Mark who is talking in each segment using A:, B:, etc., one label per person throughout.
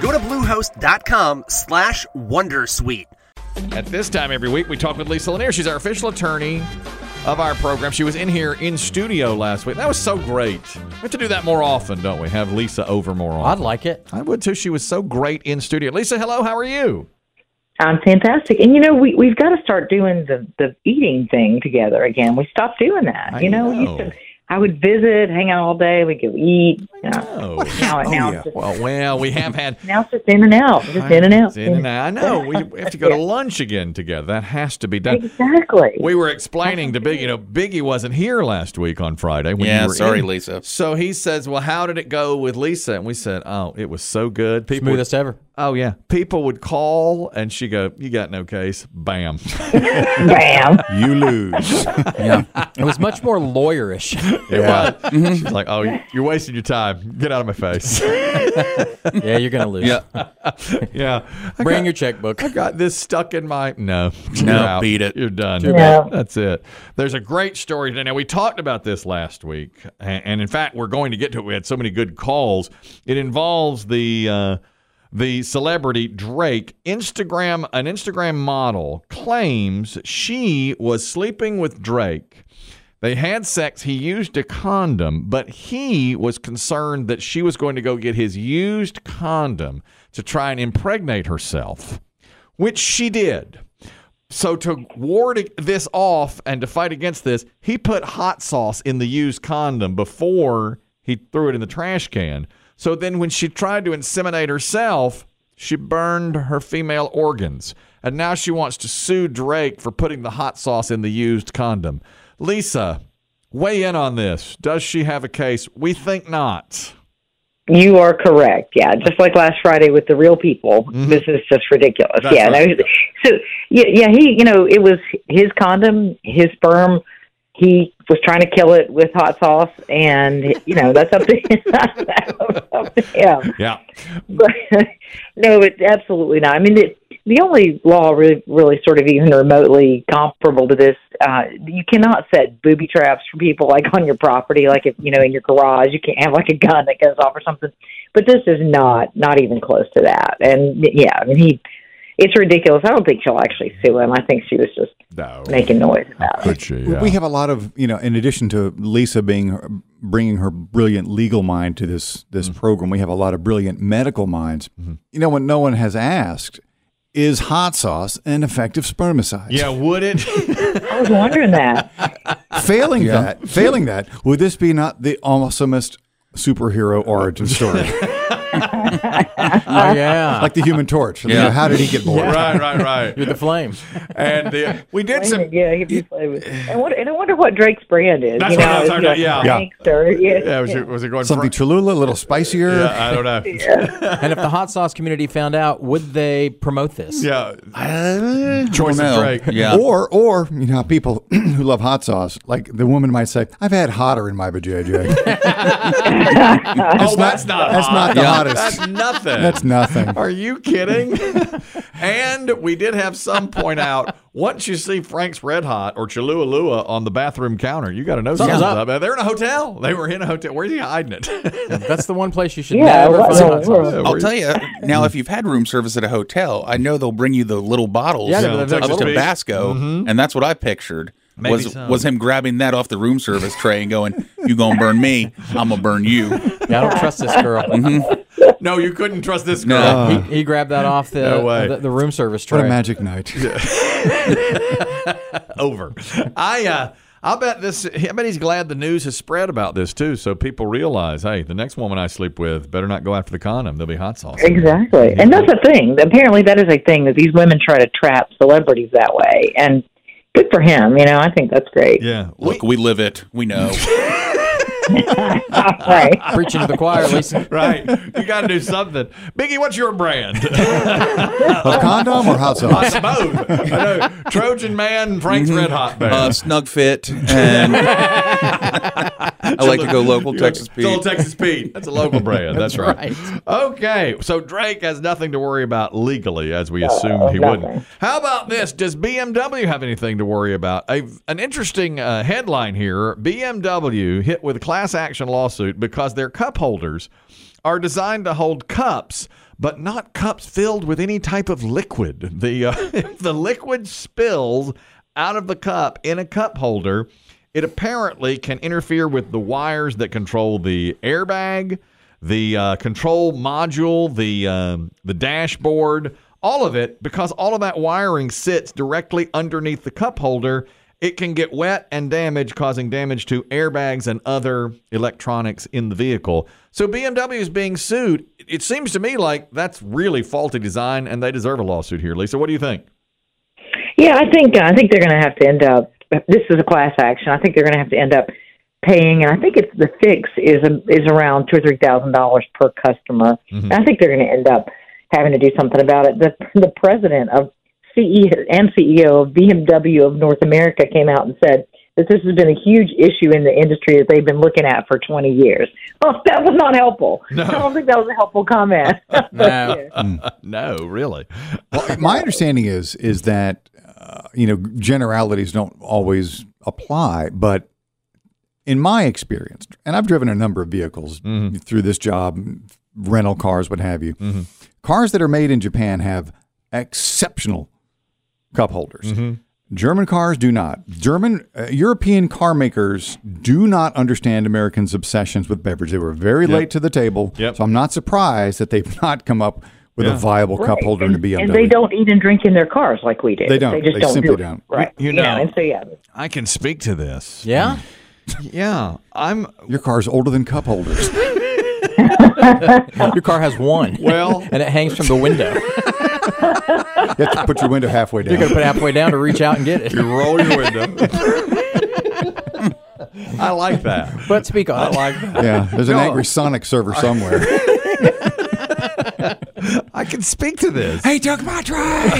A: Go to bluehost.com slash Wondersuite.
B: At this time every week, we talk with Lisa Lanier. She's our official attorney of our program. She was in here in studio last week. That was so great. We have to do that more often, don't we? Have Lisa over more often.
C: I'd like it.
B: I would too. She was so great in studio. Lisa, hello. How are you?
D: I'm fantastic. And you know, we we've got to start doing the the eating thing together again. We stopped doing that.
B: I
D: you know, we
B: know.
D: used to I would visit, hang out all day, we'd go eat. You know.
B: Oh,
D: Now, now,
B: yeah.
D: it's just,
B: Well, well, we have had.
D: now it's just in and out. Just in and out.
B: It's in and out. I know. We we have to go to lunch again together. That has to be done.
D: Exactly.
B: We were explaining to Biggie, you know, Biggie wasn't here last week on Friday. When
E: Yeah,
B: you were
E: sorry,
B: in.
E: Lisa.
B: So he says, Well, how did it go with Lisa? And we said, Oh, it was so good. People would-
C: Smoothest ever.
B: Oh yeah. People would call and she go, You got no case. Bam.
D: Bam.
E: You lose.
C: Yeah. it was much more lawyerish.
B: yeah. She's like, Oh, you're wasting your time. Get out of my face.
C: yeah, you're going to lose.
E: yeah.
B: yeah. I
C: Bring
B: got,
C: your checkbook.
B: I got this stuck in my No.
E: No,
B: You're out.
E: beat it.
B: You're done.
D: bad. No.
B: That's it. There's a great story today. Now we talked about this last week. a- And in fact, we're going to get to it. We had so many good calls. It involves the uh the celebrity Drake Instagram an Instagram model claims she was sleeping with Drake. They had sex. He used a condom, but he was concerned that she was going to go get his used condom to try and impregnate herself, which she did. So to ward this off and to fight against this, he put hot sauce in the used condom before he threw it in the trash can. So then when she tried to inseminate herself, she burned her female organs. And now she wants to sue Drake for putting the hot sauce in the used condom. Lisa, weigh in on this. Does she have a case? We think not.
D: You are correct. Yeah, just like last Friday with the real people. This is just ridiculous.
B: That's
D: yeah.
B: right.
D: no, so yeah, yeah, he, you know, it was his condom, his sperm. He was trying to kill it with hot sauce, and you know that's up to him. That was up to him.
B: Yeah.
D: But no, it absolutely not. I mean, the, the only law really, really, sort of even remotely comparable to this, uh, you cannot set booby traps for people like on your property, like if you know in your garage, you can't have like a gun that goes off or something. But this is not not even close to that. And yeah, I mean, he, it's ridiculous. I don't think she'll actually sue him. I think she was just
B: No.
D: making noise about it.
B: Could she?
F: We-
B: Yeah.
F: We have a lot of you know. In addition to Lisa being bringing her brilliant legal mind to this this
B: Mm-hmm.
F: program, we have a lot of brilliant medical minds. You know what? No one has asked is hot sauce an effective spermicide?
B: yeah, would it?
D: I was wondering that.
F: Failing that, failing that, would this be not the awesomest superhero origin story,
C: Oh, yeah.
F: like the Human Torch? You know,
E: Yeah.
F: how did he get born?
B: right, right, right.
C: You're the flame.
B: and the, we did some.
D: yeah, he'd be playing with- and, what, and I wonder what Drake's brand is.
B: That's
D: you
B: what
D: know,
B: I was
D: is
B: talking about,
D: it
B: yeah.
F: Yeah.
D: Frank's or- yeah.
B: Yeah, was it, was it going
F: Something
B: fr-
F: Cholula, a little spicier.
B: Yeah, I don't know.
C: And if the hot sauce community found out, would they promote this?
B: Yeah, Choice
F: Uh, I don't
B: of
F: know.
B: Drake.
E: Yeah.
F: Or, or you know, how people who love hot sauce, like the woman might say, "I've had hotter in my vajayjay." that's
B: oh, that's not.
F: That's
B: hot.
F: not the
E: Yeah.
F: hottest.
B: That's nothing.
F: That's nothing.
B: Are you kidding? and we did have some point out once you see Frank's Red Hot or Cholula Lua on the bathroom counter, you got to know something's,
C: up.
B: up. They're in a hotel. They were in a hotel. Where's he hiding it?
C: That's the one place you should
D: Yeah,
C: never
D: what-
C: find hot
D: no,
C: sauce.
D: no.
E: I'll tell you now. If you've had room service at a hotel, I know they'll bring you the little bottles
C: Yeah, the- the-
E: of
C: the little
E: Tabasco,
F: Mm-hmm.
E: and that's what I pictured.
B: Maybe
E: was
B: so.
E: was him grabbing that off the room service tray and going, "You gonna burn me? I'm gonna burn you."
C: Yeah, I don't trust this girl.
B: no, you couldn't trust this girl.
E: No.
C: He, he grabbed that off the,
B: No way.
C: the, the room service tray.
F: What a magic night!
B: Over. I. uh I bet this. I bet he's glad the news has spread about this too, so people realize, hey, the next woman I sleep with better not go after the condom. There'll be hot sauce. in there.
D: Exactly. And that's a thing. Apparently, that is a thing that these women try to trap celebrities that way. And good for him. You know, I think that's great.
B: Yeah.
E: Look, we live it. We know.
D: right.
C: Preaching to the choir, Lisa.
B: right. You got to do something. Biggie, what's your brand?
F: A condom or hot sauce?
B: Both. I know. Trojan Man, Frank's Red Hot Band.
E: Uh, snug fit, and I like to go local Texas
B: It's old
E: Pete.
B: Texas Pete. That's a local brand. That's, right.
C: right.
B: Okay, so Drake has nothing to worry about legally, as we assumed he
D: nothing.
B: wouldn't. How about this? Does BMW have anything to worry about? A, an interesting uh, headline here: BMW hit with class action lawsuit because their cup holders are designed to hold cups. But not cups filled with any type of liquid. The uh, if the liquid spills out of the cup in a cup holder, it apparently can interfere with the wires that control the airbag, the uh, control module, the um, the dashboard, all of it, because all of that wiring sits directly underneath the cup holder. It can get wet and damage, causing damage to airbags and other electronics in the vehicle. So BMW is being sued. It seems to me like that's really faulty design, and they deserve a lawsuit here. Lisa, what do you think?
D: Yeah, I think uh, I think they're going to have to end up. This is a class action. I think they're going to have to end up paying, and I think it's the fix is a, is around two or three thousand dollars per customer. And I think they're going to end up having to do something about it. The the president of CEO and CEO of BMW of North America came out and said that this has been a huge issue in the industry that they've been looking at for twenty years. Well, that was not helpful. I don't think that was a helpful comment.
C: No.
B: no, really.
F: My understanding is is that uh, you know generalities don't always apply, but in my experience, and I've driven a number of vehicles through this job, rental cars, what have you. Cars that are made in Japan have exceptional cup holders. German cars do not. German uh, European car makers do not understand Americans' obsessions with beverage. They were very late to the table,
B: Yep.
F: so I'm not surprised that they've not come up with a viable cup
D: Right.
F: holder in
D: and,
F: the BMW.
D: and they don't eat and drink in their cars like we do.
F: They don't.
D: They just
F: They
D: don't
F: simply
D: do it.
F: don't.
D: Right.
B: You
D: Yeah,
B: know.
D: and so yeah,
B: I can speak to this.
C: Yeah?
B: Yeah, I'm
F: Your car's older than cup holders.
C: Your car has one.
B: Well-
C: and it hangs from the window.
F: you have to put your window halfway down.
C: You're going to put it halfway down to reach out and get it.
B: roll your window. I like that.
C: But speak on it.
F: yeah, there's an angry Sonic server somewhere.
B: I can speak to this.
E: He took my tray.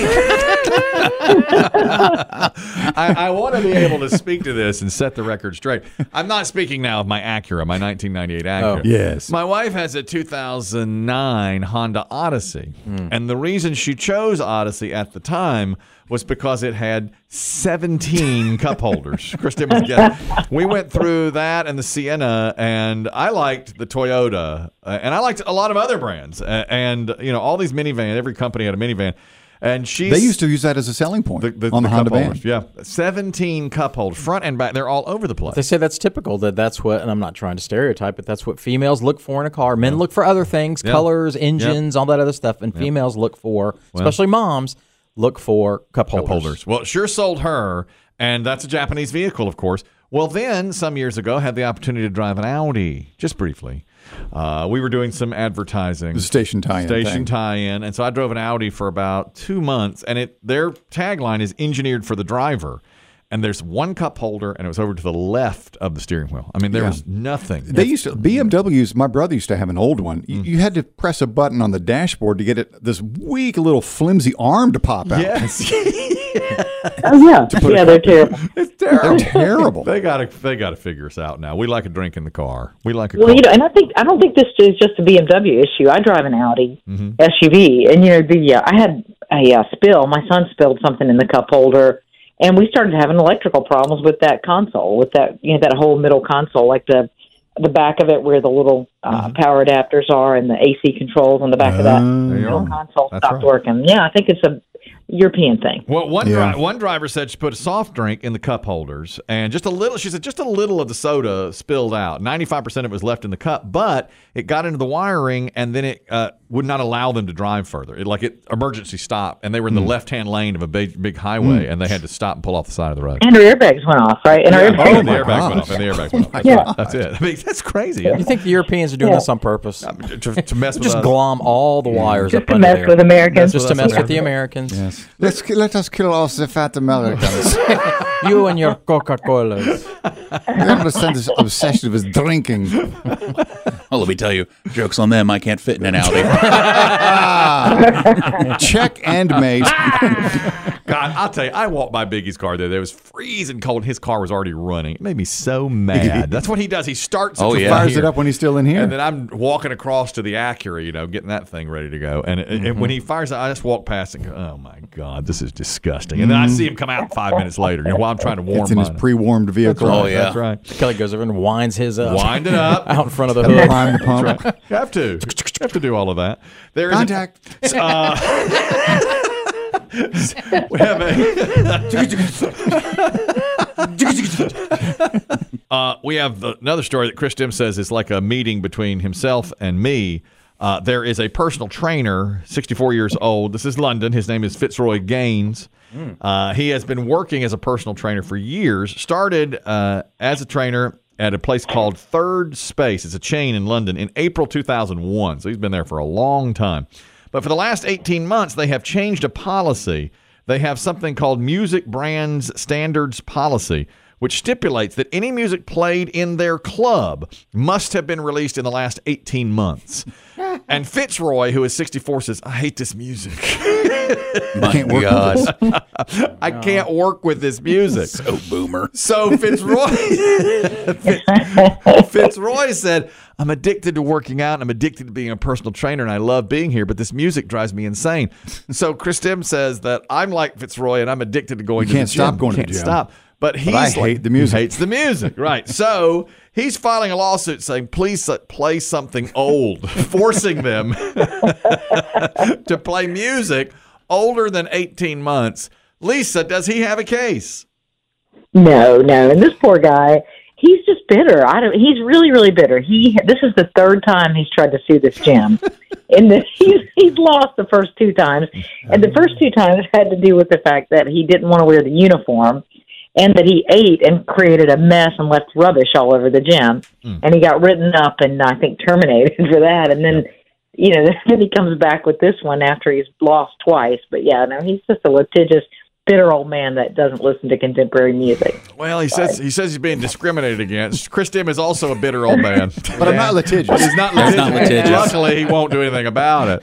B: I, I want to be able to speak to this and set the record straight. I'm not speaking now of my Acura, my 1998 Acura.
C: Oh.
F: Yes.
B: My wife has a 2009 Honda Odyssey.
F: Hmm.
B: And the reason she chose Odyssey at the time was because it had 17 cup holders. Kristen was getting. We went through that and the Sienna, and I liked the Toyota, uh, and I liked a lot of other brands. Uh, and, you know, all these minivan, every company had a minivan. And she's
F: They used to use that as a selling point on the, Honda
B: cup
F: Band.
B: holders. Yeah, seventeen cup holders, front and back. They're all over the place.
C: They say that's typical. That that's what, and I'm not trying to stereotype, but that's what females look for in a car. Men look for other things, colors, engines, all that other stuff, and females look for, especially moms, look for cup holders.
B: cup holders. Well, it sure sold her, and that's a Japanese vehicle, of course. Well, then some years ago, had the opportunity to drive an Audi, just briefly. Uh, we were doing some advertising.
F: The station tie-in.
B: station
F: thing.
B: tie-in, and so I drove an Audi for about two months, and it their tagline is "engineered for the driver." And there's one cup holder, and it was over to the left of the steering wheel. I mean, there was nothing.
F: They used to BMWs. My brother used to have an old one.
B: Mm.
F: You, you had to press a button on the dashboard to get it this weak little flimsy arm to pop out.
B: yes,
D: Oh yeah, yeah, they're terrible.
B: it's terrible.
F: They're terrible.
B: They gotta they gotta figure us out now. We like a drink in the car. We like a
D: Well,
B: car.
D: you know, and I think I don't think this is just a BMW issue. I drive an Audi
B: Mm-hmm.
D: SUV, and you know, the uh, I had a uh, spill. My son spilled something in the cup holder, and we started having electrical problems with that console, with that you know that whole middle console, like the the back of it where the little uh,
B: Mm-hmm.
D: power adapters are and the AC controls on the back of that
B: Ah. you
D: middle
B: are.
D: console
B: That's
D: stopped
B: right.
D: working. Yeah, I think it's a European thing.
B: Well, one
F: Yeah.
B: dri- one driver said she put a soft drink in the cup holders, and just a little. She said just a little of the soda spilled out. Ninety five percent of it was left in the cup, but it got into the wiring, and then it uh, would not allow them to drive further. It like it emergency stop, and they were
F: Hmm.
B: in the left hand lane of a big big highway, and they had to stop and pull off the side of the road.
D: And her airbags went off, right? And her
B: Yeah.
C: Oh,
D: airbags
B: and the
F: Oh my
B: airbags went
F: gosh.
B: off, and the airbags went off.
D: Yeah.
B: That's it. I mean, that's crazy. isn't
C: You
B: it?
C: think the Europeans are doing this on purpose?
B: To, to mess with
C: Just
B: us.
C: glom all the wires
D: just
C: up
D: to
C: under
D: mess
C: there.
D: with Americans.
C: Just to mess with the Americans.
F: Let's ki- let us kill off the fat Americans.
C: You and your Coca Colas.
F: you understand this obsession with drinking.
E: Well, Oh, let me tell you, jokes on them. I can't fit in an Audi.
F: Check and mate.
B: God, I'll tell you, I walked by Biggie's car there. There was freezing cold. His car was already running. It made me so mad. That's what he does. He starts.
E: Oh,
B: it
E: yeah.
B: from
F: Fires
B: here,
F: it up when he's still in here.
B: And then I'm walking across to the Acura, you know, getting that thing ready to go. And, and- and when
F: Mm-hmm.
B: he fires it, I just walk past and go, oh my God, this is disgusting. And then I see him come out five minutes later, you know, while I'm trying to warm
F: Mm-hmm. it's in his
B: mine up.
F: pre-warmed vehicle.
E: Oh, yeah.
B: That's right.
C: Kelly goes over and winds his up.
B: Wind it up.
C: Out in front of the
F: And
C: hood.
F: prime the pump.
B: You have to. You have to do all of that. There is an-
F: Contact.
B: we have a. uh, we have the- another story that Chris Dim says is like a meeting between himself and me. Uh, there is a personal trainer, 64 years old. This is London. His name is Fitzroy Gaines. Uh, he has been working as a personal trainer for years. Started uh, as a trainer at a place called Third Space. It's a chain in London in April 2001. So he's been there for a long time. But for the last 18 months, they have changed a policy. They have something called Music Brands Standards Policy, which stipulates that any music played in their club must have been released in the last 18 months. and Fitzroy, who is 64, says, I hate this music.
E: My
F: Can't work with
E: gosh.
B: I can't work with this music.
E: So Oh, boomer.
B: So Fitzroy, Fitzroy said, "I'm addicted to working out. And I'm addicted to being a personal trainer, and I love being here. But this music drives me insane." So Chris Tim says that I'm like Fitzroy, and I'm addicted to going.
F: You can't
B: to the gym.
F: stop going to the
B: Can't
F: gym.
B: Stop. But he's
F: I
B: like-
F: hate the music.
B: Hates the music, right? so he's filing a lawsuit saying, "Please uh, play something old," forcing them to play music older than 18 months. Lisa, does he have a case?
D: No, no. And this poor guy, he's just bitter. I don't. He's really, really bitter. He. This is the third time he's tried to sue this gym, and the, he's he's lost the first two times. And the first two times had to do with the fact that he didn't want to wear the uniform, and that he ate and created a mess and left rubbish all over the gym,
C: Hmm.
D: and he got written up and I think terminated for that. And then. You know, then he comes back with this one after he's lost twice. But yeah, no, he's just a litigious, bitter old man that doesn't listen to contemporary music.
B: Well, he says he says he's being discriminated against. Chris Dim is also a bitter old man,
F: But I'm not litigious.
B: He's not
E: That's
B: litigious.
E: not litigious.
B: Luckily, he won't do anything about it.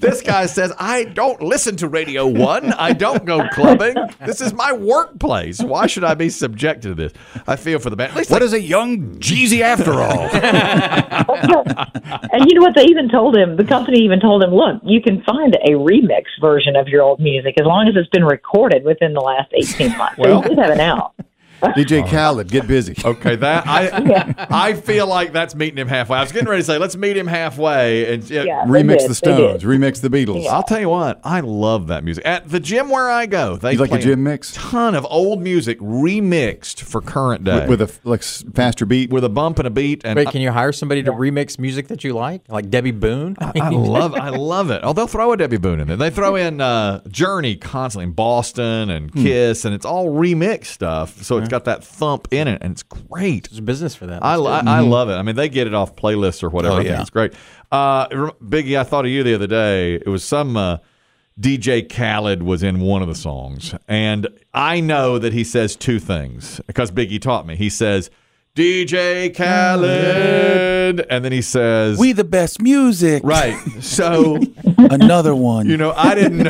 B: This guy says, "I don't listen to Radio One. I don't go clubbing. This is my workplace. Why should I be subjected to this? I feel for the man. At least
F: What is a young Jeezy after all?
D: and you know what? They even told him, the company even told him, look, you can find a remix version of your old music as long as it's been recorded within the last 18 months.
B: Well-
D: so you did have an out.
F: DJ Khaled, get busy.
B: Okay, that I I feel like that's meeting him halfway. I was getting ready to say let's meet him halfway and yeah,
D: Yeah, they
F: Remix
D: did,
F: the
D: they did.
F: Stones. Remix the Beatles.
B: I'll tell you what, I love that music. At the gym where I go, they
F: You like a
B: play
F: gym mix?
B: ton of old music remixed for current day
F: With a like s- faster beat.
B: with a bump and a beat and
C: Wait, can you hire somebody to remix music that you like? Like Debbie Boone?
B: I love I love it. Oh, they'll throw a Debbie Boone in there. They throw in uh, Journey constantly in Boston and
E: Hmm.
B: Kiss, and it's all remixed stuff. So it's got that thump in it, and it's great.
C: There's business for that.
B: I, I, I love it. I mean, they get it off playlists or whatever.
E: Oh,
B: I think
E: yeah.
B: it's great. Uh, rem- Biggie, I thought of you the other day. It was some uh, DJ Khaled was in one of the songs, and I know that he says two things because Biggie taught me. He says DJ Khaled, and then he says
E: We the best music.
B: right. So
E: Another one.
B: you know, I didn't.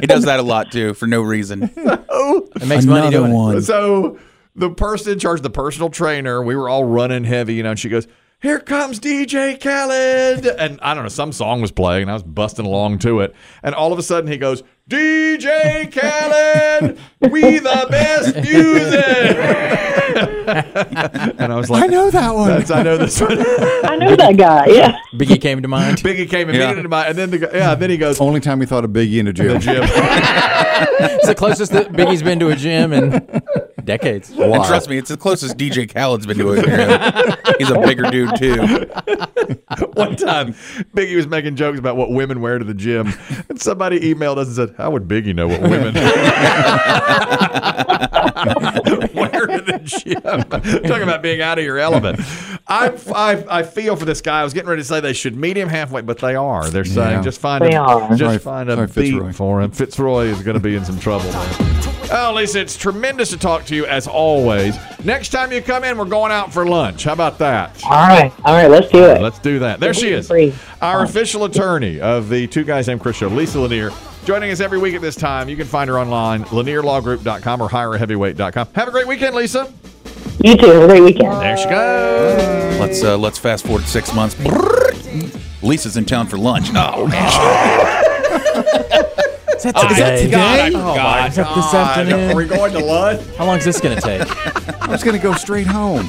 E: he does that a lot too for no reason.
C: it makes money doing it.
B: So the person in charge, the personal trainer, we were all running heavy, you know, and she goes, Here comes DJ Khaled. And I don't know, some song was playing, and I was busting along to it. And all of a sudden he goes, DJ Khaled, we the best music. and I was like,
F: I know that one.
B: "That's- I know this one.
D: I know that guy. Yeah.
C: Biggie came to mind.
B: Biggie came immediately to my, and then the, guy- yeah, then he goes,
F: Only time we thought of Biggie in a jail.
B: Jim.
C: It's the closest that Biggie's been to a gym in decades.
E: And trust me, it's the closest DJ Khaled's been to it. He's a bigger dude too.
B: One time, Biggie was making jokes about what women wear to the gym, and somebody emailed us and said, "How would Biggie know what women wear to the gym?" Talking about being out of your element. I, I I feel for this guy. I was getting ready to say they should meet him halfway, but they are. They're saying
F: Yeah.
B: just find
D: They
B: a
D: are.
B: just
F: Sorry,
B: find a
F: sorry,
B: beat
F: Fitzroy.
B: for him. Fitzroy is going to be in some trouble. Man. Oh, Lisa, it's tremendous to talk to you as always. Next time you come in, we're going out for lunch. How about that?
D: All right, all right, let's do it.
B: Let's do that. There she is.
D: Free.
B: Our official attorney of the Two Guys Named Chris show, Lisa Lanier, joining us every week at this time. You can find her online, lanierlawgroup.com or hireaheavyweight.com. Have a great weekend, Lisa.
D: You too. Have a great weekend.
B: There she goes.
E: Let's uh, let's fast forward six months. Lisa's in town for lunch. Oh man,
C: Is that today?
E: God,
C: Oh, my God. This
B: Are we
C: afternoon.
B: going to lunch?
C: How long is this going to take?
F: I was going to go straight home.